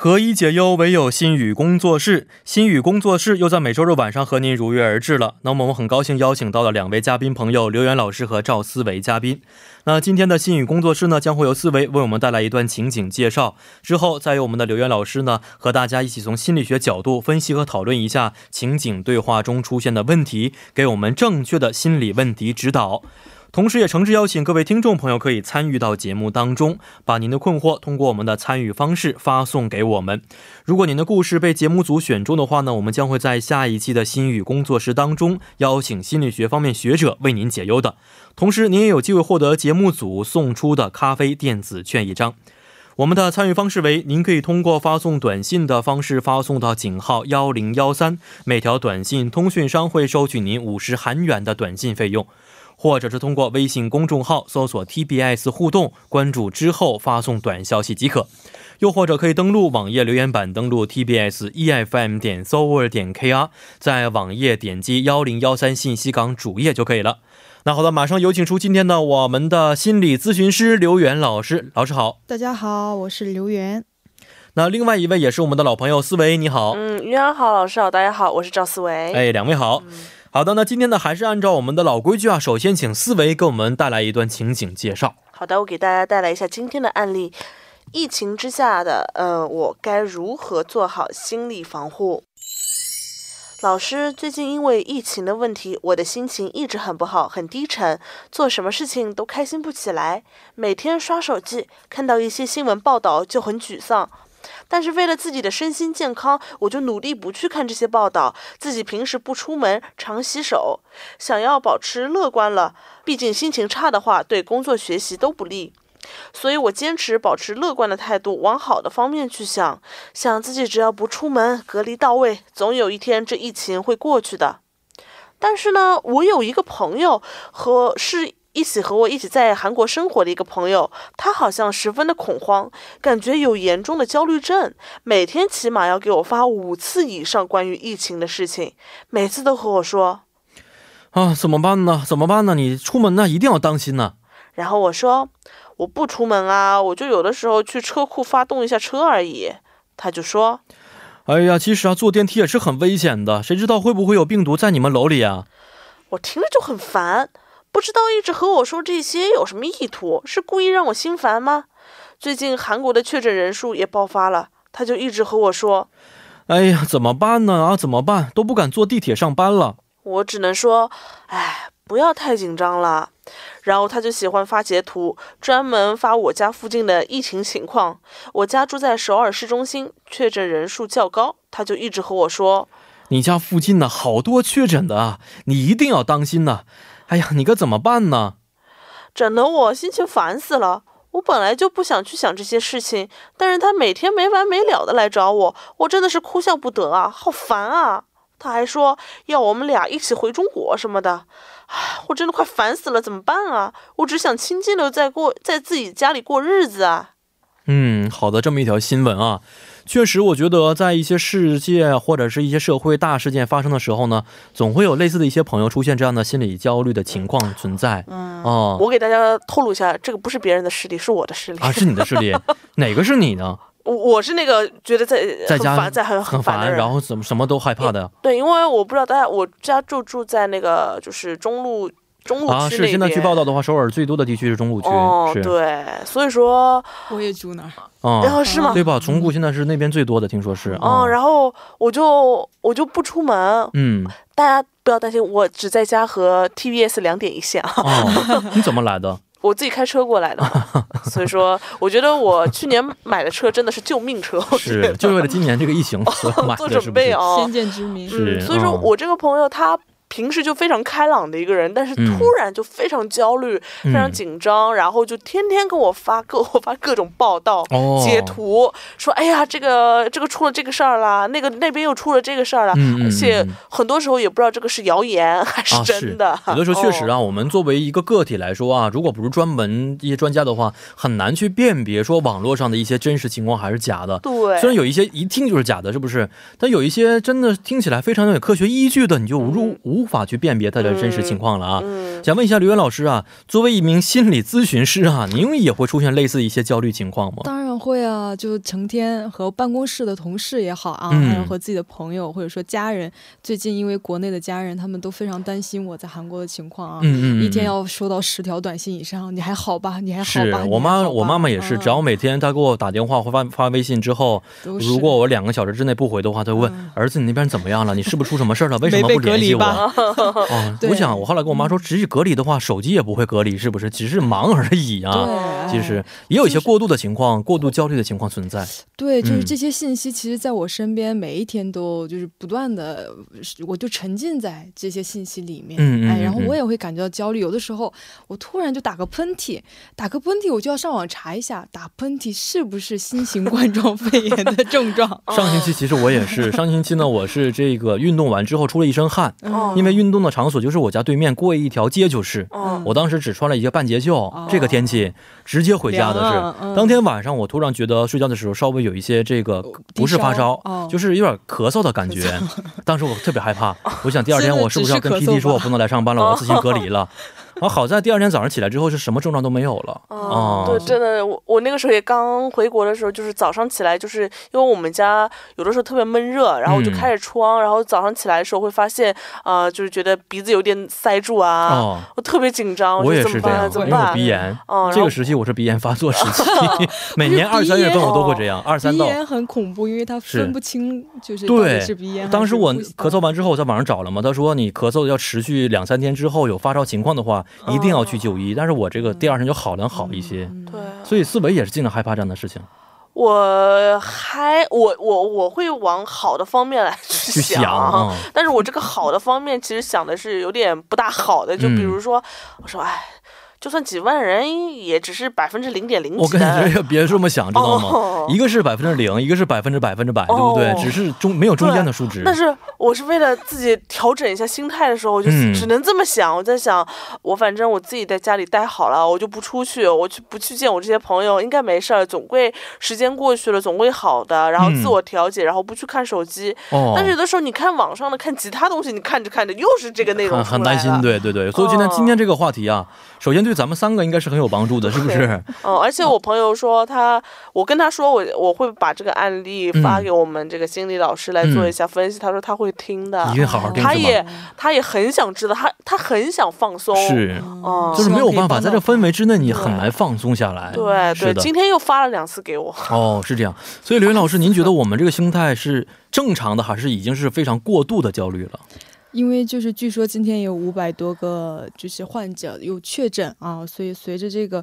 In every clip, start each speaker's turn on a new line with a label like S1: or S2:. S1: 何以解忧，唯有心语工作室。心语工作室又在每周日晚上和您如约而至了。那么我们很高兴邀请到了两位嘉宾朋友刘源老师和赵思维嘉宾。那今天的心语工作室呢，将会由思维为我们带来一段情景介绍，之后再由我们的刘源老师呢和大家一起从心理学角度分析和讨论一下情景对话中出现的问题，给我们正确的心理问题指导。同时，也诚挚邀请各位听众朋友可以参与到节目当中，把您的困惑通过我们的参与方式发送给我们。如果您的故事被节目组选中的话呢，我们将会在下一期的心语工作室当中邀请心理学方面学者为您解忧的。同时，您也有机会获得节目组送出的咖啡电子券一张。我们的参与方式为：您可以通过发送短信的方式发送到井号幺零幺三，每条短信通讯商会收取您五十韩元的短信费用。或者是通过微信公众号搜索 TBS 互动，关注之后发送短消息即可。又或者可以登录网页留言板，登录 TBS EFM 点 s o v e r 点 KR，在网页点击幺零幺三信息港主页就可以了。那好了，马上有请出今天的我们的心理咨询师刘源老师，老师好。
S2: 大家好，我是刘源。
S1: 那另外一位也是我们的老朋友思维，你好。
S3: 嗯，云阳好，老师好，大家好，我是赵思维。
S1: 哎，两位好。好的，那今天呢，还是按照我们的老规矩啊，首先请思维给我们带来一段情景介绍。
S3: 好的，我给大家带来一下今天的案例：疫情之下的，呃，我该如何做好心理防护？老师，最近因为疫情的问题，我的心情一直很不好，很低沉，做什么事情都开心不起来。每天刷手机，看到一些新闻报道就很沮丧。但是为了自己的身心健康，我就努力不去看这些报道，自己平时不出门，常洗手，想要保持乐观了。毕竟心情差的话，对工作学习都不利。所以我坚持保持乐观的态度，往好的方面去想，想自己只要不出门，隔离到位，总有一天这疫情会过去的。但是呢，我有一个朋友和是一起和我一起在韩国生活的一个朋友，他好像十分的恐慌，感觉有严重的焦虑症，每天起码要给我发五次以上关于疫情的事情，每次都和我说。
S1: 啊，怎么办呢？怎么办呢？你出门呢一定要当心呢。
S3: 然后我说我不出门啊，我就有的时候去车库发动一下车而已。他就说，
S1: 哎呀，其实啊，坐电梯也是很危险的，谁知道会不会有病毒在你们楼里啊？
S3: 我听了就很烦，不知道一直和我说这些有什么意图，是故意让我心烦吗？最近韩国的确诊人数也爆发了，他就一直和我说，
S1: 哎呀，怎么办呢？啊，怎么办？都不敢坐地铁上班了。
S3: 我只能说，哎，不要太紧张了。然后他就喜欢发截图，专门发我家附近的疫情情况。我家住在首尔市中心，确诊人数较高，他就一直和我说。
S1: 你家附近呢，好多确诊的啊，你一定要当心呐、哎呀，你该怎么办呢？
S3: 整得我心情烦死了。我本来就不想去想这些事情，但是他每天没完没了的来找我，我真的是哭笑不得啊，好烦啊！他还说要我们俩一起回中国什么的，唉我真的快烦死了，怎么办啊？我只想清静的在过在自己家里过日子啊。
S1: 嗯，好的，这么一条新闻啊，确实，我觉得在一些世界或者是一些社会大事件发生的时候呢，总会有类似的一些朋友出现这样的心理焦虑的情况存在。嗯，哦，
S3: 我给大家透露一下，这个不是别人的事例，是我的事例。
S1: 啊，是你的事 例，哪个是你呢？
S3: 我我是那个觉得在
S1: 在家
S3: 很烦在很
S1: 很
S3: 烦的
S1: 烦，
S3: 人。
S1: 然后怎么什么都害怕的
S3: 对，因为我不知道大家，我家就住在那个就是中路中路区那边。
S1: 啊？是现在据报道的话，首尔最多的地区是中部区，
S3: 哦，
S1: 是
S3: 对，所以说，
S2: 我也住那儿。
S1: 啊、
S3: 然后是吗？
S1: 对吧？重谷现在是那边最多的，听说是啊、
S3: 哦，然后我就我就不出门，
S1: 嗯，
S3: 大家不要担心，我只在家和 TBS 两点一线啊，
S1: 哦，你怎么来的？
S3: 我自己开车过来的嘛， 所以说我觉得我去年买的车真的是救命车，我觉
S1: 是
S3: 得，哦
S1: 就为了今年这个疫情所买
S3: 做
S1: 的，是
S3: 准
S1: 不
S3: 备
S1: 是？
S3: 哦
S2: 先。见之明。
S1: 是
S3: 嗯，所以说
S1: 嗯
S3: 我这个朋友他平时就非常开朗的一个人，但是
S1: 嗯
S3: 突然就非常焦虑、非常
S1: 嗯
S3: 紧张，然后就天天跟我发各 我发各种报道、
S1: 哦
S3: 截图，说哎呀，这个这个出了这个事儿啦，那个那边又出了这个事儿啦、
S1: 嗯嗯
S3: 而且
S1: 嗯嗯
S3: 很多时候也不知道这个是谣言还是
S1: 啊，
S3: 真的。
S1: 有的时候确实
S3: 哦
S1: 啊、我们作为一个个体来说啊，如果不是专门一些专家的话，很难去辨别说网络上的一些真实情况还是假的。
S3: 对，
S1: 虽然有一些一听就是假的，是不是？但有一些真的听起来非常有科学依据的，你就无入、
S3: 嗯
S1: 无法去辨别它的真实情况了啊。
S3: 嗯，？
S1: 想问一下刘源老师啊，作为一名心理咨询师啊，您也会出现类似一些焦虑情况吗？
S4: 当然会啊，就成天和办公室的同事也好啊，
S1: 嗯
S4: 还有和自己的朋友或者说家人，最近因为国内的家人他们都非常担心我在韩国的情况啊，
S1: 嗯嗯嗯，
S4: 一天要收到十条短信以上，你还好吧？你还好
S1: 是
S4: 吧？
S1: 我
S4: 你还
S1: 妈，
S4: 好吧
S1: 我妈妈也是，
S4: 嗯
S1: 只要每天她给我打电话或发发微信之后，
S4: 都是
S1: 如果我两个小时之内不回的话，她就问、
S4: 嗯
S1: 儿子你那边怎么样了？你是不是出什么事 儿了？为什么
S4: 没被
S1: 不联系
S4: 隔离
S1: 我？
S4: 吧
S1: 啊，
S4: 对
S1: 我想我后来跟我妈说，只是隔离的话，手机也不会隔离，是不是？只是忙而已啊。
S4: 对，
S1: 其实也有一些过度的情况，过度焦虑的情况存在。
S4: 对，就是
S1: 嗯
S4: 这些信息，其实在我身边每一天都就是不断的，我就沉浸在这些信息里面，
S1: 嗯嗯
S4: 哎，然后
S1: 嗯嗯
S4: 我也会感觉到焦虑。有的时候我突然就打个喷嚏，打个喷嚏我就要上网查一下，打喷嚏是不是新型 冠状肺炎的症状
S3: 哦
S1: 上星期其实我也是，上星期呢，我是这个运动完之后出了一身汗，
S3: 哦
S1: 因为运动的场所就是我家对面过一条街就是。
S3: 嗯
S1: 我当时只穿了一个半截袖，这个天气直接回家的是、
S4: 凉啊嗯
S1: 当天晚上我突然觉得睡觉的时候稍微有一些这个不是发烧，
S4: 低烧哦
S1: 就是有点咳嗽的感觉。当时我特别害怕，我想第二天我是不是要跟
S4: 真的只是
S1: PT
S4: 咳嗽吧
S1: 说我不能来上班了，我要自行隔离了。然后好在第二天早上起来之后是什么症状都没有了。
S3: 哦
S1: 哦，
S3: 对，真的，我我那个时候也刚回国的时候，就是早上起来，就是因为我们家有的时候特别闷热，然后我就
S1: 嗯
S3: 开着窗，然后早上起来的时候会发现，呃，就是觉得鼻子有点塞住啊，
S1: 哦，
S3: 我特别紧张，
S1: 我也
S3: 说怎
S1: 是
S3: 么
S1: 这
S3: 办啊？
S1: 样，
S3: 怎
S1: 因
S3: 么
S1: 为我
S3: 办
S1: 鼻？炎
S3: 哦，
S1: 这
S3: 然后
S1: 个时期我是鼻炎发作时 期， 每年
S4: 不
S1: 二
S4: 是
S1: 三
S4: 鼻
S1: 月份我都会
S3: 炎
S1: 这样， 二三
S4: 鼻
S1: 到
S4: 炎很恐怖，因为它
S1: 是
S4: 分不清就是到
S1: 对
S4: 底是鼻炎还是呼吸道。
S1: 当时我咳嗽完之后，我在网上找了嘛，他说你咳嗽要持续两三天之后有发烧情况的话，一定要去就
S3: 哦
S1: 医。但是我这个
S3: 嗯
S1: 第二天就好了，好一些。
S3: 对，
S1: 所以思维也是尽量害怕这样的事情
S3: 我还我我我会往好的方面来去
S1: 去想啊。
S3: 但是我这个好的方面，其实想的是有点不大好的，
S1: 嗯
S3: 就比如说，我说哎，就算几万人，也只是百分之零点零
S1: 我
S3: 几
S1: 跟你说，
S3: 嗯的。
S1: 也别这么想，知道吗？
S3: 哦
S1: 一个是百分之零，一个是百分之百分之百，对不对？
S3: 哦
S1: 只是中没有中间的数值。
S3: 但是我是为了自己调整一下心态的时候，我就
S1: 嗯
S3: 只能这么想。我在想，我反正我自己在家里待好了，我就不出去，我去不去见我这些朋友，应该没事儿，总归时间过去了，总归好的。然后
S1: 嗯
S3: 自我调节，然后不去看手机。
S1: 哦，
S3: 但是有的时候你看网上的，看其他东西，你看着看着又是这个内容
S1: 很
S3: 出来
S1: 很担心，
S3: 了
S1: 对对对。所以今天、
S3: 哦
S1: 今天这个话题啊，首先对咱们三个应该是很有帮助的，是不是？
S3: 嗯，而
S1: 哦
S3: 且我朋友说他，我跟他说我我会把这个案例发
S1: 嗯
S3: 给我们这个心理老师来做一下分析，他说他会听的
S1: 一，定好好听，
S3: 他
S1: 哦是吗
S3: 也他也很想知道，他他很想放松，
S1: 是，
S4: 嗯
S3: 哦
S1: 就是没有办法，在这氛围之内，你
S3: 对
S1: 很难放松下来。
S3: 对
S1: 是
S3: 对，
S1: 的
S3: 今天又发了两次给我，
S1: 哦，是这样。所以刘云老师，您觉得我们这个心态是正常的，还是已经是非常过度的焦虑了？
S4: 因为就是据说今天有五百多个就是患者有确诊啊，所以随着这个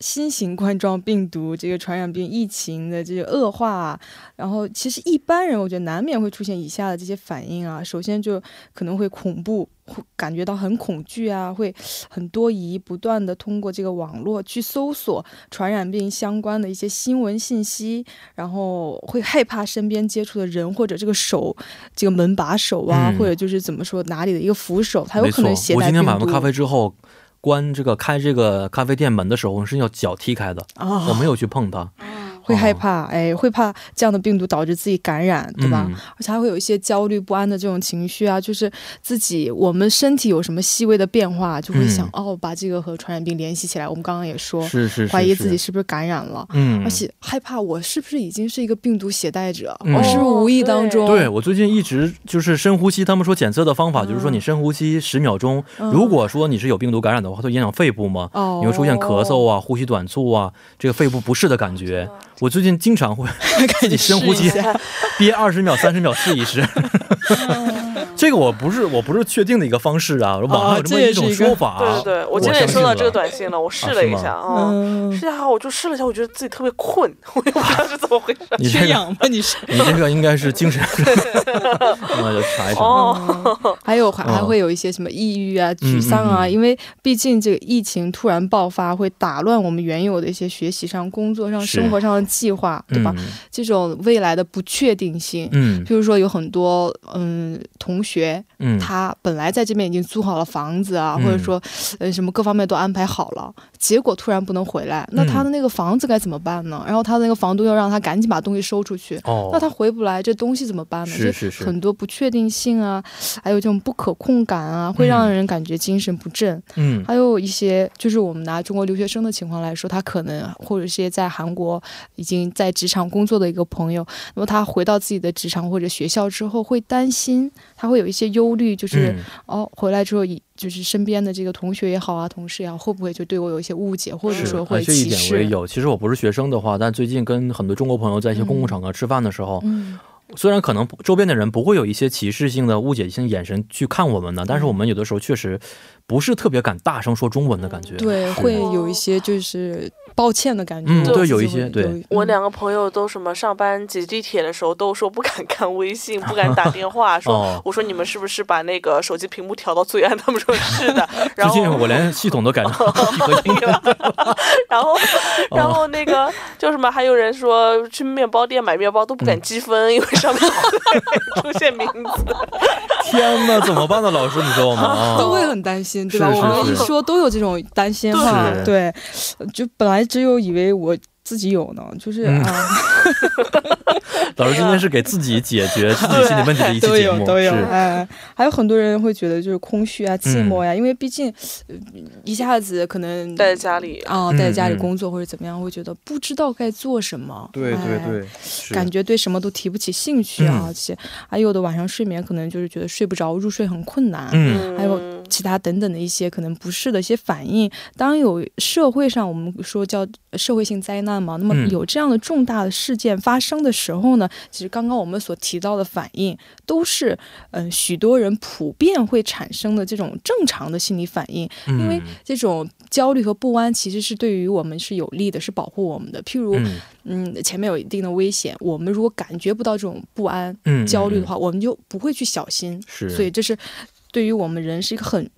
S4: 新型冠状病毒这个传染病疫情的这个恶化、啊，然后其实一般人我觉得难免会出现以下的这些反应啊，首先就可能会恐怖，会感觉到很恐惧啊，会很多疑，不断的通过这个网络去搜索传染病相关的一些新闻信息，然后会害怕身边接触的人或者这个手，这个门把手啊，
S1: 嗯
S4: 或者就是怎么说哪里的一个扶手，它有
S1: 没
S4: 可
S1: 错，
S4: 能携
S1: 我
S4: 带
S1: 今
S4: 病
S1: 天
S4: 毒
S1: 买完咖啡之后，关这个开这个咖啡店门的时候，我是要脚踢开的，
S4: 啊，
S1: 我没有去碰它，
S4: 会害
S1: 哦
S4: 怕，哎，会怕这样的病毒导致自己感染，对吧？
S1: 嗯
S4: 而且还会有一些焦虑不安的这种情绪啊，就是自己我们身体有什么细微的变化，就会想、哦，把这个和传染病联系起来。我们刚刚也说，
S1: 嗯是是是，
S4: 怀疑自己啊
S1: 是，
S4: 是不是感染了，
S1: 嗯
S4: 而。且害怕我是不是已经是一个病毒携带者，
S1: 嗯
S4: 我是不是无意当中、
S1: 对，我最近一直就是深呼吸，他们说检测的方法就是说你深呼吸十秒钟，
S4: 嗯
S1: 如果说你是有病毒感染的话，它会影响肺部吗？
S4: 哦，
S1: 你会出现咳嗽啊、呼吸短促啊，这个肺部不适的感觉。我最近经 常会 自己深呼吸
S4: 试一下，嗯
S1: 憋二十秒、三十秒试一试。 这个我不是我不是确定的一个方式啊，网上有么一
S4: 哦
S1: 种说法。啊
S3: 对对对，我今天也收到这个短信了，我试了一下啊，
S4: 嗯
S3: 试一下我就试了一下，我觉得自己特别困，我也不知道是怎么回事。
S1: 你
S4: 缺
S1: 这个
S4: 氧吧你是？
S1: 你这个应该是精神， 那就查一查。
S3: 哦，
S4: 嗯还有还还会有一些什么抑郁啊、沮丧啊，
S1: 嗯嗯
S4: 因为毕竟这个疫情突然爆发，会打乱我们原有的一些学习上、工作上、
S1: 是
S4: 生活上的计划，对吧？这种未来的不确定性。
S1: 嗯？嗯
S4: 譬如说，有很多嗯同学，
S1: 嗯，
S4: 他本来在这边已经租好了房子啊，
S1: 嗯
S4: 或者说，呃，什么各方面都安排好了，结果突然不能回来，
S1: 嗯
S4: 那他的那个房子该怎么办呢？然后他的那个房东要让他赶紧把东西收出去，
S1: 哦，
S4: 那他回不来，这东西怎么办呢？
S1: 是
S4: 就是
S1: 是
S4: 很多不确定性啊，还有这种不可控感啊，会让
S1: 嗯
S4: 人感觉精神不振。
S1: 嗯
S4: 还有一些就是我们拿中国留学生的情况来说，他可能或者是一些在韩国已经在职场工作的一个朋友，那么他回到自己的职场或者学校之后，会担心，他会有一些忧虑，就是、
S1: 嗯
S4: 哦，回来之后以就是身边的这个同学也好啊，同事也好，会不会就对我有一些误解，或者
S1: 是
S4: 说
S1: 哎
S4: 会
S1: 这一
S4: 歧
S1: 点我也
S4: 视？
S1: 有。其实我不是学生的话，但最近跟很多中国朋友在一些公共场合吃饭的时候，
S4: 嗯，
S1: 虽然可能不周边的人不会有一些歧视性的、误解性眼神去看我们呢，
S4: 嗯
S1: 但是我们有的时候确实不是特别敢大声说中文的感觉。
S4: 对，
S1: 是
S4: 会有一些就是抱歉的感觉。
S1: 嗯
S4: 我
S1: 对
S4: 自己
S1: 有一
S4: 会
S1: 些对
S4: 有
S3: 我
S4: 嗯
S3: 两个朋友都什么上班挤地铁的时候都说不敢看微信，不敢打电话，
S1: 哦
S3: 说我说你们是不是把那个手机屏幕调到最暗？他们说是的，
S1: 最
S3: 然后
S1: 近我连系统都 改成合音了。
S3: 然后，
S1: 哦
S3: 然后那个就什么，还有人说去面包店买面包都不
S1: 嗯
S3: 敢积分，因为上面会出现名 字。
S1: 天哪，怎么办呢？老师，你知道吗？
S4: 都
S1: 啊，
S4: 会很担心，对吧？
S1: 是是
S4: 我们一
S1: 是
S4: 说都有这种担心话，对，就本来只有以为我自己有呢，就是
S1: 嗯
S4: 啊，
S1: 老师今天是给自己解决自己心理问题的 一期
S4: 都
S1: 节
S4: 有
S1: 目，
S4: 啊都有，
S1: 是
S4: 哎，还有很多人会觉得就是空虚啊、寂寞呀，
S1: 嗯
S4: 因为毕竟呃一下子可能
S3: 待在家里，
S4: 啊
S1: 嗯
S4: 待在家里
S1: 嗯
S4: 工作或者怎么样，会觉得不知道该做什么，
S1: 对对
S4: 哎
S1: 对，是
S4: 感觉对什么都提不起兴趣啊，
S1: 嗯
S4: 而且还有的晚上睡眠可能就是觉得睡不着，入睡很困难，
S1: 嗯
S3: 嗯，
S4: 还有其他等等的一些可能不适的一些反应。当有社会上我们说叫社会性灾难嘛，那么
S1: 嗯
S4: 有这样的重大的事件发生的时候呢，其实刚刚我们所提到的反应都是嗯、呃许多人普遍会产生的这种正常的心理反应，嗯因
S1: 嗯
S4: 为这种焦虑和不安其实是对于我们是有利的，是保护我们的。譬如
S1: 嗯
S4: 嗯前面有一定的危险，我们如果感觉不到这种不安、
S1: 嗯嗯
S4: 焦虑的话，我们就不会去小心。
S1: 是，嗯
S4: 所以这是对于我们人是一个很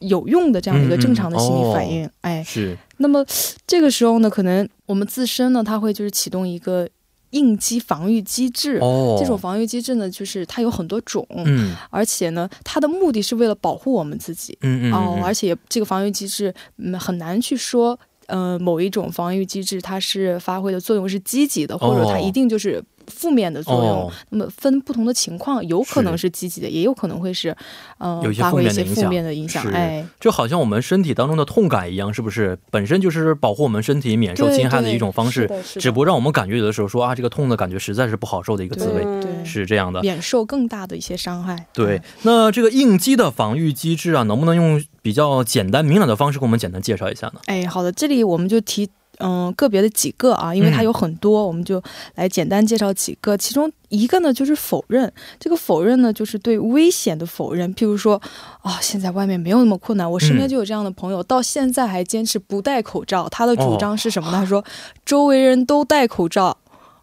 S4: 有用的这样的一个
S1: 嗯嗯
S4: 正常的心理反应。哎，
S1: 是
S4: 那么这个时候呢，可能我们自身呢，它会就是启动一个应激防御机制。
S1: 哦，
S4: 这种防御机制呢，就是它有很多种，
S1: 嗯
S4: 而且呢，它的目的是为了保护我们自己。
S1: 嗯嗯
S4: 哦，而
S1: 且
S4: 且这个防御机制，嗯，很难去说。呃，某一种防御机制，它是发挥的作用是积极的，或者它
S1: 哦
S4: 一定就是负面的作用。
S1: 哦
S4: 那么分不同的情况，有可能
S1: 是
S4: 是积极的，也有可能会是，呃
S1: 有一，些
S4: 发
S1: 负
S4: 挥一
S1: 面的
S4: 些
S1: 影
S4: 负
S1: 响
S4: 面的影响
S1: 是。
S4: 哎，
S1: 就好像我们身体当中的痛感一样，是不是？本身就是保护我们身体免受
S4: 对
S1: 侵害的
S4: 对
S1: 一种方
S4: 是
S1: 式，
S4: 的是的
S1: 只不过让我们感觉有的时候说啊，这个痛的感觉实在是不好受的一个滋味，
S4: 对对
S3: 嗯
S1: 是这样的。
S4: 免受更大的一些伤害。
S1: 对，那这个应激的防御机制啊，能不能用比较简单明了的方式给我们简单介绍一下呢？
S4: 哎，好的，这里我们就提嗯、个别的几个啊，因为它
S1: 嗯
S4: 有很多，我们就来简单介绍几个。其中一个呢就是否认，这个否认呢就是对危险的否认，譬如说啊、现在外面没有那么困难，我身
S1: 嗯
S4: 边就有这样的朋友，到现在还坚持不戴口罩。他的
S1: 哦
S4: 主张是什么呢？他说周围人都戴口罩，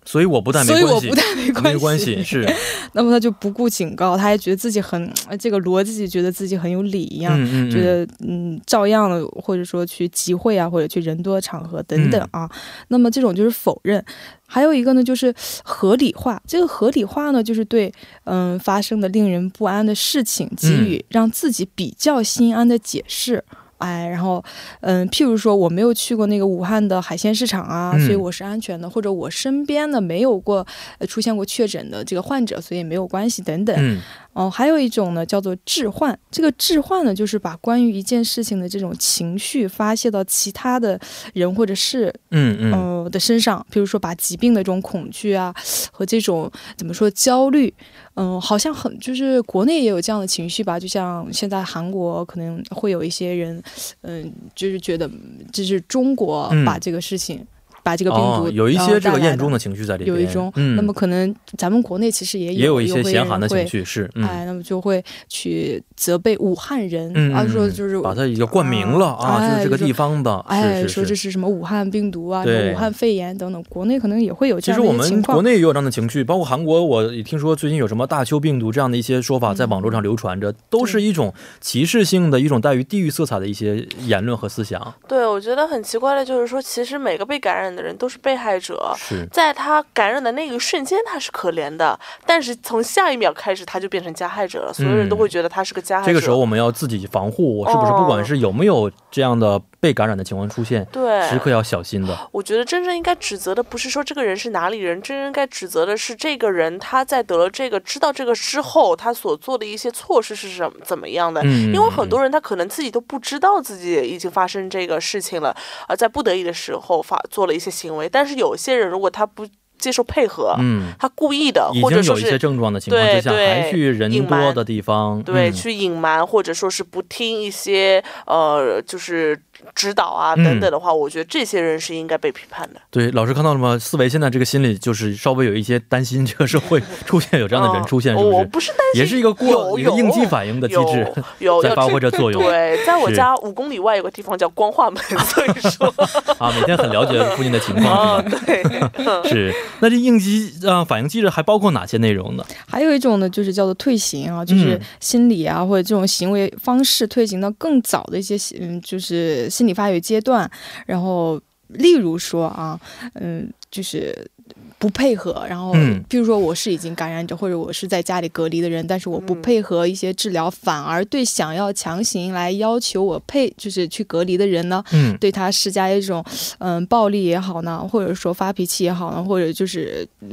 S1: 所以我不戴没
S4: 所以
S1: 关
S4: 我
S1: 系，
S4: 不戴没关系。
S1: 没关系，是，
S4: 那么他就不顾警告，他还觉得自己很呃这个逻辑，觉得自己很有理一样。
S1: 嗯嗯
S4: 觉
S1: 嗯，
S4: 得嗯，照样的，或者说去集会啊，或者去人多的场合等等
S1: 嗯
S4: 啊。那么这种就是否认。还有一个呢，就是合理化。这个合理化呢，就是对嗯发生的令人不安的事情给
S1: 嗯
S4: 予让自己比较心安的解释。哎，然后，嗯，譬如说，我没有去过那个武汉的海鲜市场啊，
S1: 嗯
S4: 所以我是安全的，或者我身边的没有过、呃、出现过确诊的这个患者，所以没有关系等等。
S1: 嗯
S4: 哦，还有一种呢，叫做置换。这个置换呢，就是把关于一件事情的这种情绪发泄到其他的人或者事，
S1: 嗯嗯，
S4: 呃的身上。比如说，把疾病的这种恐惧啊，和这种怎么说焦虑，嗯、好像很就是国内也有这样的情绪吧。就像现在韩国可能呃会有一些人，嗯、就是觉得嗯这是中国
S1: 嗯
S4: 把这个事情。把这个病毒、
S1: 哦、有一
S4: 然后
S1: 些这
S4: 带
S1: 个
S4: 来
S1: 厌
S4: 的
S1: 中的情绪在里边，
S4: 有一种，
S1: 嗯，
S4: 那么可能咱们国内其实也有
S1: 也有一
S4: 又
S1: 些
S4: 会
S1: 嫌寒的
S4: 人
S1: 情绪，
S4: 会
S1: 是，
S4: 哎，
S1: 嗯，
S4: 那么就会去责备武汉人，
S1: 嗯
S4: 啊，
S1: 嗯
S4: 说
S1: 嗯
S4: 就是
S1: 把它已经冠名了啊，
S4: 哎
S1: 就是这个
S4: 就
S1: 地方的，
S4: 哎，
S1: 是
S4: 说
S1: 是
S4: 这
S1: 是。
S4: 是什么武汉病毒啊，什
S1: 对
S4: 么武汉肺炎等等，国内可能也会有这
S1: 其实
S4: 样
S1: 我
S4: 的一
S1: 们
S4: 些情
S1: 国
S4: 况。
S1: 内也有这样的情绪，包括韩国，我也听说最近有什么大邱病毒这样的一些说法在网络上流传着，都是一种歧视性的一种带于地域色彩的一些言论和思想。
S3: 对，我觉得很奇怪的就是说，其实每个被感染的人都是被害者，
S1: 是，
S3: 在他感染的那一瞬间他是可怜的，但是从下一秒开始他就变成加害者了，所有人都会觉得他是个加害者。
S1: 嗯这个时候我们要自己防护，是不是？
S3: 哦
S1: 不管是有没有这样的被感染的情况出现，时刻
S3: 对，
S1: 要小心的。
S3: 我觉得真正应该指责的不是说这个人是哪里人，真正应该指责的是这个人他在得了这个知道这个之后他所做的一些措施是什么怎么样的。
S1: 嗯，
S3: 哎因为很
S1: 嗯
S3: 多人他可能自己都不知道自己已经发生这个事情了，而在不得已的时候发做了一些行为。但是有些人如果他不接受配合，
S1: 嗯，
S3: 他故意的，
S1: 已
S3: 或者
S1: 经
S3: 说
S1: 有一
S3: 是
S1: 些症状的情况之
S3: 对
S1: 下，
S3: 对
S1: 还去人
S3: 隐
S1: 多
S3: 瞒
S1: 的地方，
S3: 对，
S1: 嗯
S3: 去隐瞒或者说是不听一些呃，就是指导啊
S1: 嗯
S3: 等等的话，我觉得这些人是应该被批判的。
S1: 对，老师看到了吗？思维现在这个心里就是稍微有一些担心， 这个社会出现有这样的人出现，
S3: 嗯
S1: 是不
S3: 我
S1: 是？
S3: 不是担心，
S1: 也是一个过
S3: 有
S1: 一个应激
S3: 有
S1: 反应的机制
S3: 有有
S1: 在
S3: 要
S1: 发挥
S3: 这
S1: 着作用
S3: 对，在我
S1: 是
S3: 家五公里外有个地方叫光 化门，所以说，
S1: 啊，每天很了解附近的情
S3: 哦
S1: 况，，
S3: 对，
S1: 是吧？是。那这应激啊、反应机制还包括哪些内容呢？
S4: 还有一种呢，就是叫做退行啊，就是
S1: 嗯
S4: 心理啊、或者这种行为方式退行到更早的一些心嗯，就是心理发育阶段。然后，例如说啊，嗯，就是。不配合，然后
S1: 嗯，
S4: 比如说我是已经感染者，或者我是在家里隔离的人，但是我不
S3: 嗯
S4: 配合一些治疗，反而对想要强行来要求我配，就是去隔离的人呢，
S1: 嗯，
S4: 对他施加一种嗯暴力也好呢，或者说发脾气也好呢，或者就是嗯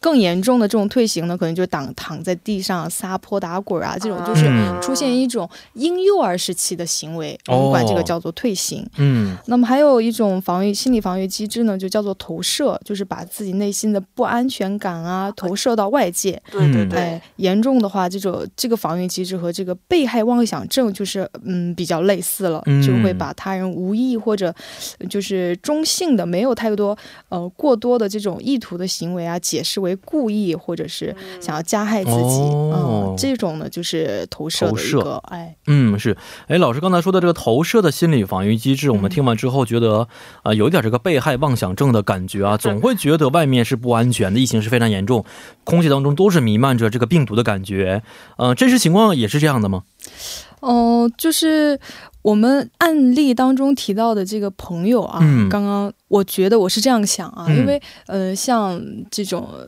S4: 更严重的这种退行呢，可能就躺躺在地上撒泼打滚啊，这种就是
S1: 嗯
S4: 出现一种婴幼儿时期的行为，
S1: 哦
S4: 我们管这个叫做退行。
S1: 嗯，
S4: 那么还有一种防御心理防御机制呢，就叫做投射，就是把自己内心的不安全感啊投射到外界。
S3: 对对
S1: 嗯
S4: 哎
S3: 对，，
S4: 严重的话，这种这个防御机制和这个被害妄想症就是嗯比较类似了，
S1: 嗯
S4: 就会把他人无意或者呃就是中性的、没有太多呃过多的这种意图的行为啊，解释为故意或者是想要加害自己。
S1: 哦
S4: 嗯，这种呢就是投射
S1: 投
S4: 的一
S1: 射
S4: 个哎，
S1: 嗯，是，哎，老师刚才说的这个投射的心理防御机制，我们听完之后觉得，啊，有一点这个被害妄想症的感觉啊，总会觉得外面是不安全的，疫情是非常严重，空气当中都是弥漫着这个病毒的感觉，嗯、真实情况也是这样的吗？
S4: 哦、就是我们案例当中提到的这个朋友啊，
S1: 嗯
S4: 刚刚我觉得我是这样想啊，
S1: 嗯
S4: 因为呃，像这种呃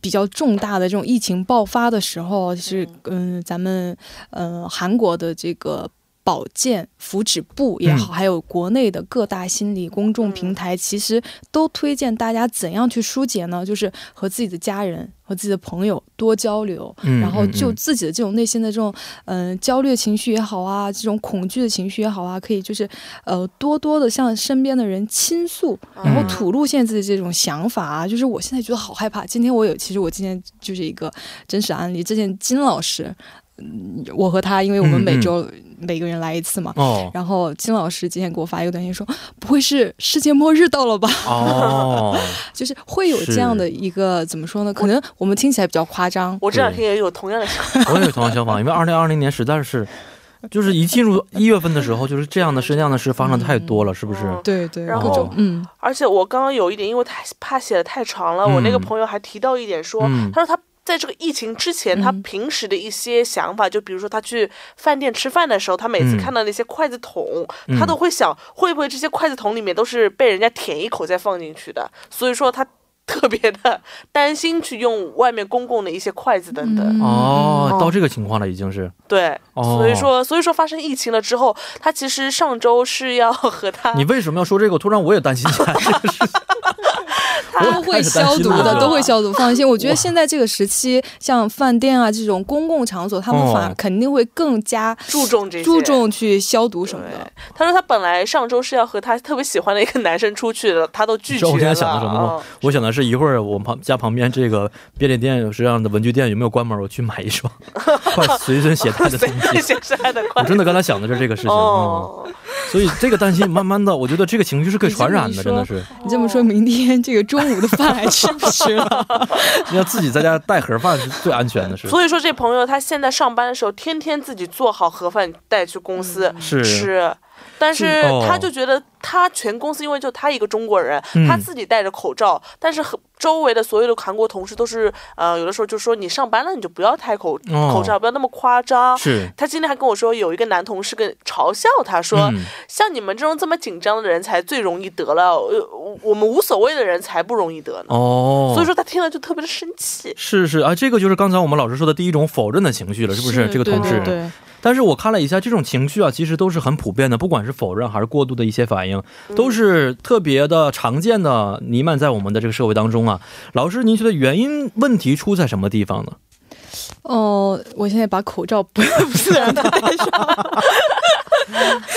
S4: 比较重大的这种疫情爆发的时候，就是嗯、咱们呃韩国的这个。保健福祉部也
S1: 嗯
S4: 好，还有国内的各大心理公众平台，其实都推荐大家怎样去疏解呢？就是和自己的家人、和自己的朋友多交流，
S1: 嗯
S4: 然后
S1: 嗯
S4: 就
S1: 嗯
S4: 自己的这种内心的这种嗯、呃焦虑的情绪也好啊，这种恐惧的情绪也好啊，可以就是呃多多的向身边的人倾诉，然后
S1: 嗯
S4: 吐露现在自己这种想法啊，就是我现在觉得好害怕。今天我有，其实我今天就是一个真实案例，之前金老师，嗯，我和他，因为我们
S1: 嗯
S4: 每
S1: 嗯
S4: 周每个人来一次嘛。
S1: 哦
S4: 然后金老师今天给我发一个短信说：“不会是世界末日到了吧？”
S1: 哦，
S4: 就是会有这样
S1: 是
S4: 的一个怎么说呢？可能我们听起来比较夸张，
S3: 我这两天也有同样的想法，
S1: 我也有同样想法，因为二零二零年实在是，就是一进入一月份的时候，就是这样的事那样的事发生的太多了，是不是？
S3: 嗯
S4: 对对，
S3: 然
S4: 各种
S3: 后
S4: 嗯，
S3: 而且我刚刚有一点，因为太怕写的太长了，我那个
S1: 嗯
S3: 朋友还提到一点说，
S1: 嗯
S3: 他说他。在这个疫情之前，他
S4: 嗯
S3: 平时的一些想法，就比如说他去饭店吃饭的时候，他每次
S1: 嗯
S3: 看到那些筷子桶，
S1: 嗯
S3: 他都会想，会不会这些筷子桶里面都是被人家舔一口再放进去的？所以说他特别的 担心去用外面公共的一些筷子等等。
S4: 嗯
S1: 哦，
S3: 嗯
S1: 到这个情况了，已经是。
S3: 对，
S1: 哦
S3: 所以说，所以说发生疫情了之后，他其实上周是要和他
S1: 你为什么要说这个？突然我也担心起来了。我
S4: 都
S1: 开
S4: 会消毒
S1: 始担心
S4: 的，
S1: 了
S4: 都会消毒。放心，我觉得现在这个时期，像饭店啊这种公共场所，他们反
S1: 哦
S4: 而肯定会更加
S3: 注重这些，
S4: 注重去消毒什么的
S3: 对。他说他本来上周是要和他特别喜欢的一个男生出去的，他都拒
S1: 你知道我现在
S3: 绝了。哦
S1: 想的什么吗？我想的是一会儿我旁家旁边这个便利店有这样的文具店有没有关门，我去买一双快随身携带的东
S3: 嗯？
S1: 西。
S3: 谁谁爱的
S1: 我
S3: 快？
S1: 真的刚才想的是这个事情。嗯
S3: 哦，
S1: 所以这个担心，慢慢的，我觉得这个情绪是可以传染的，真的是。
S4: 你这么说，明天这个中午的饭还吃不吃了？
S1: 要自己在家带盒饭是最安全的，是
S3: 所以说，这朋友他现在上班的时候，天天自己做好盒饭带去公司
S1: 嗯是。
S3: 吃，但
S1: 是
S3: 是
S1: 哦
S3: 他就觉得他全公司因为就他一个中国人，
S1: 嗯
S3: 他自己戴着口罩，但是很周围的所有的韩国同事都是呃，有的时候就说你上班了你就不要戴口、
S1: 哦
S3: 口罩，不要那么夸张。
S1: 是，
S3: 他今天还跟我说，有一个男同事跟嘲笑他说，
S1: 嗯
S3: 像你们这种这么紧张的人才最容易得了，呃，我我们无所谓的人才不容易得呢。
S1: 哦，
S3: 所以说他听了就特别的生气。
S1: 是是啊，这个就是刚才我们老师说的第一种否认的情绪了，是不是？这个同事
S4: 对对对
S1: 但是我看了一下，这种情绪啊，其实都是很普遍的，不管是否认还是过度的一些反应，都是特别的常见的弥漫在我们的这个社会当中啊。老师，您觉得原因问题出在什么地方呢？
S4: 哦、我现在把口罩不不自然的戴上。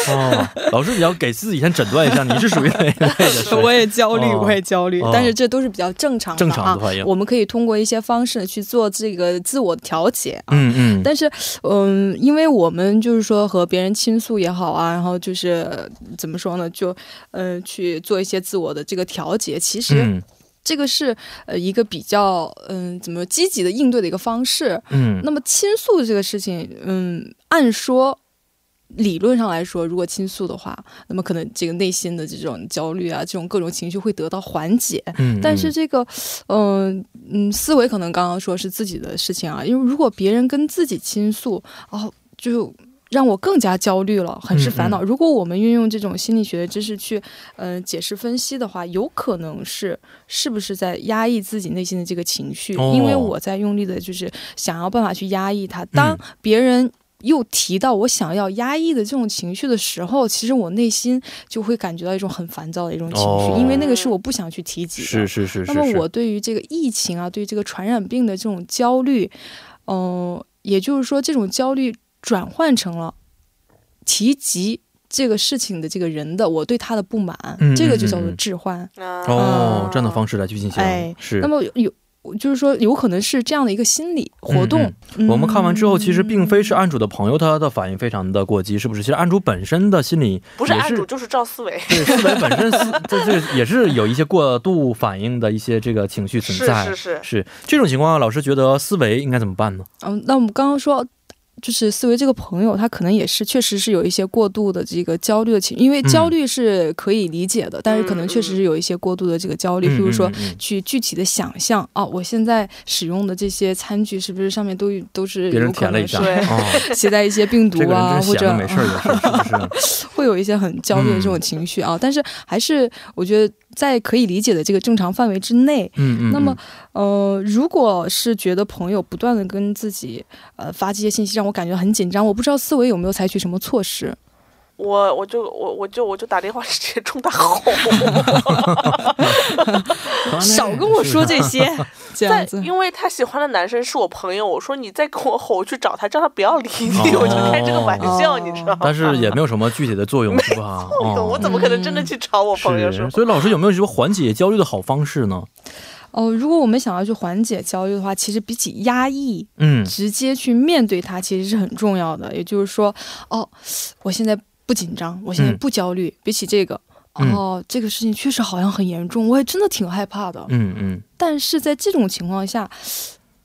S1: 哦，老师，你要给自己先诊断一下，你是属于哪一类的？是
S4: 我也焦虑，
S1: 哦
S4: 我也焦虑、
S1: 哦
S4: 但是这都是比较正常的、啊、
S1: 正常的反应
S4: 我们可以通过一些方式去做这个自我调节啊。
S1: 嗯嗯，
S4: 但是，嗯，因为我们就是说和别人倾诉也好啊，然后就是呃怎么说呢，就呃去做一些自我的这个调节。其实
S1: 嗯
S4: 这个是呃一个比较嗯、怎么积极的应对的一个方式。
S1: 嗯
S4: 那么倾诉这个事情，嗯，按说理论上来说，如果倾诉的话，那么可能这个内心的这种焦虑啊，这种各种情绪会得到缓解。
S1: 嗯，
S4: 但是这个，嗯、嗯，思维可能刚刚说是自己的事情啊，因为如果别人跟自己倾诉，哦，就让我更加焦虑了，很
S1: 嗯
S4: 是烦恼。如果我们运用这种心理学的知识去，嗯，解释分析的话，有可能是是不是在压抑自己内心的这个情绪？
S1: 哦嗯
S4: 因为我在用力的就是想要办法去压抑它。当别人。又提到我想要压抑的这种情绪的时候，其实我内心就会感觉到一种很烦躁的一种情绪，
S1: 哦
S4: 因为那个是我不想去提及的。
S1: 是是是是，
S4: 那么
S1: 是
S4: 我对于这个疫情啊，对于这个传染病的这种焦虑，嗯、也就是说，这种焦虑转换成了提及这个事情的这个人的我对他的不满，
S1: 嗯
S4: 这个就叫做
S1: 嗯嗯
S4: 置换。
S1: 哦
S4: 嗯
S3: 啊，
S1: 这样的方式来去进行，
S4: 呃哎
S1: 是
S4: 那。么有。就是说，有可能是这样的一个心理活动。
S1: 嗯我们看完之后，其实并非是
S4: 嗯
S1: 案主的朋友他的反应非常的过激，是不是？其实案主本身的心理
S3: 不是
S1: 也
S3: 案主就是赵思 维，
S1: 对，思维本身思这这个也是有一些过度反应的一些这个情绪存
S3: 是
S1: 在。
S3: 是是，
S1: 是这种情况，老师觉得思维应该怎么办呢？
S4: 嗯，那我们刚刚说，就是思维这个朋友，他可能也是确实是有一些过度的这个焦虑的情，因为
S1: 嗯
S4: 焦虑是可以理解的，但是可能确实是有一些过度的这个焦虑，比如说
S1: 嗯，嗯嗯
S4: 去具体的想象啊、我现在使用的这些餐具是不是上面都都是
S1: 别人
S4: 有可
S1: 舔了一
S4: 能
S1: 下，
S4: 是
S3: 对
S1: 哦，
S4: 携带一些病毒
S1: 这个
S4: 啊，
S1: 人真
S4: 或
S1: 是
S4: 者
S1: 闲的没事儿嗯有事儿，是不 是？
S4: 会有一些很焦虑的这种情绪啊、但是还是我觉得在可以理解的这个正常范围之内，
S1: 嗯嗯。
S4: 那么
S1: 嗯，
S4: 呃，如果是觉得朋友不断的跟自己呃发这些信息，让我感觉很紧张，我不知道思维有没有采取什么措施。
S3: 我我就我我就我就打电话 直接冲 他吼，
S1: 嗯
S4: 少跟我说这些， 这样
S3: 但
S4: 子。
S3: 因为他喜欢的男生是我朋友，我说你再跟我吼，我去找他，叫他不要理你，
S1: 哦
S3: 我就开这个玩笑，
S4: 哦
S3: 你知道吗？
S1: 但是也没有什么具体的作用，是吧？
S3: 我
S1: 哦，
S3: 怎么可能真的去找我朋友说
S1: 是。？所以老师有没有什么缓解焦虑的好方式呢？
S4: 哦、如果我们想要去缓解焦虑的话，其实比起压抑，
S1: 嗯，
S4: 直接去面对它其实是很重要的。也就是说，哦，我现在不紧张，我现在
S1: 嗯
S4: 不焦虑，比起这个。
S1: 嗯
S4: 哦，这个事情确实好像很严重，我也真的挺害怕的。
S1: 嗯嗯，
S4: 但是在这种情况下，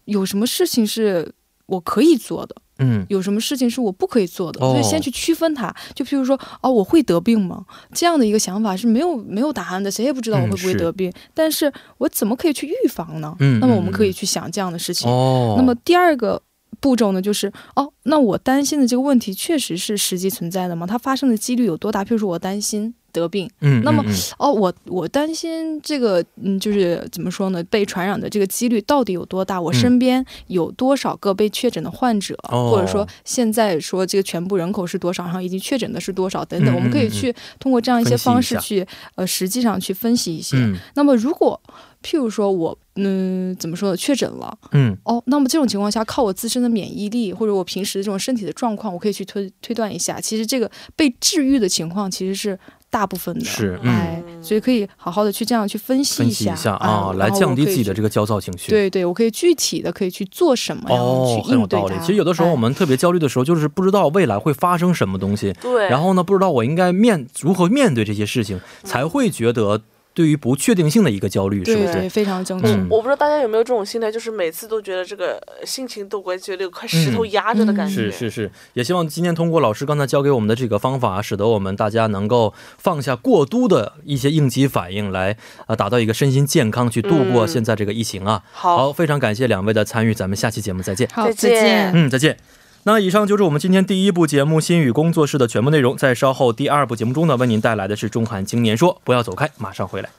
S4: 有什么事情是我可以做的？
S1: 嗯，
S4: 有什么事情是我不可以做的，
S1: 哦
S4: 所以先去区分它。就譬如说，哦，我会得病吗？这样的一个想法是没有没有答案的，谁也不知道我
S1: 嗯
S4: 会不会
S1: 是
S4: 得病。但是我怎么可以去预防呢？
S1: 嗯
S4: 那么
S1: 嗯
S4: 我们可以
S1: 嗯
S4: 去想这样的事情。
S1: 哦，
S4: 那么第二个步骤呢，就是哦，那我担心的这个问题确实是实际存在的吗？它发生的几率有多大？譬如说我担心得病，
S1: 嗯，嗯，
S4: 那么
S1: 嗯
S4: 哦，我我担心这个，嗯，就是怎么说呢，被传染的这个几率到底有多大？我
S1: 嗯
S4: 身边有多少个被确诊的患者，
S1: 哦
S4: 或者说现在说这个全部人口是多少，然后已经确诊的是多少等等，
S1: 嗯
S4: 我们可
S1: 嗯
S4: 以
S1: 嗯
S4: 去通过这样一些
S1: 分析
S4: 方
S1: 一
S4: 式
S1: 下
S4: 去，呃，实际上去分析一些。
S1: 嗯
S4: 那么如果譬如说我，嗯，怎么说呢，确诊了，
S1: 嗯，
S4: 哦，那么这种情况下，靠我自身的免疫力或者我平时这种身体的状况，我可以去推推断一下，其实这个被治愈的情况其实是大部分的，
S1: 是嗯
S4: 哎，所以可以好好的去这样去分析
S1: 分
S4: 一
S1: 析一下
S4: 啊，
S1: 啊，来
S4: 然后
S1: 降
S4: 我
S1: 低
S4: 可以
S1: 自己的
S4: 去
S1: 这个焦躁情绪。。
S4: 对对，我可以具体的可以去做什么，然后
S1: 哦，
S4: 去
S1: 很有
S4: 应对
S1: 道理
S4: 它。。
S1: 其实有的时候
S4: 哎
S1: 我们特别焦虑的时候，就是不知道未来会发生什么东西，
S3: 对，
S1: 然后呢，不知道我应该面如何面对这些事情，
S4: 嗯
S1: 才会觉得对于不确定性的一个焦虑，是
S4: 对
S1: 不
S4: 对，
S1: 是？
S4: 非常正确。
S1: 嗯，
S3: 我不知道大家有没有这种心态，就是每次都觉得这个呃心情都会觉得有块石头
S1: 嗯
S3: 压着的感觉。
S1: 是是是，也希望今天通过老师刚才教给我们的这个方法，使得我们大家能够放下过多的一些应激反应来，呃，达到一个身心健康，去度过
S3: 嗯
S1: 现在这个疫情啊。
S3: 好，
S1: 好，非常感谢两位的参与，咱们下期节目再见。
S4: 好，
S3: 再
S4: 再
S3: 见
S4: 见。
S1: 嗯，再见。那以上就是我们今天第一部节目《心语工作室》的全部内容，在稍后第二部节目中呢，为您带来的是《中韩经年说》，不要走开，马上回来。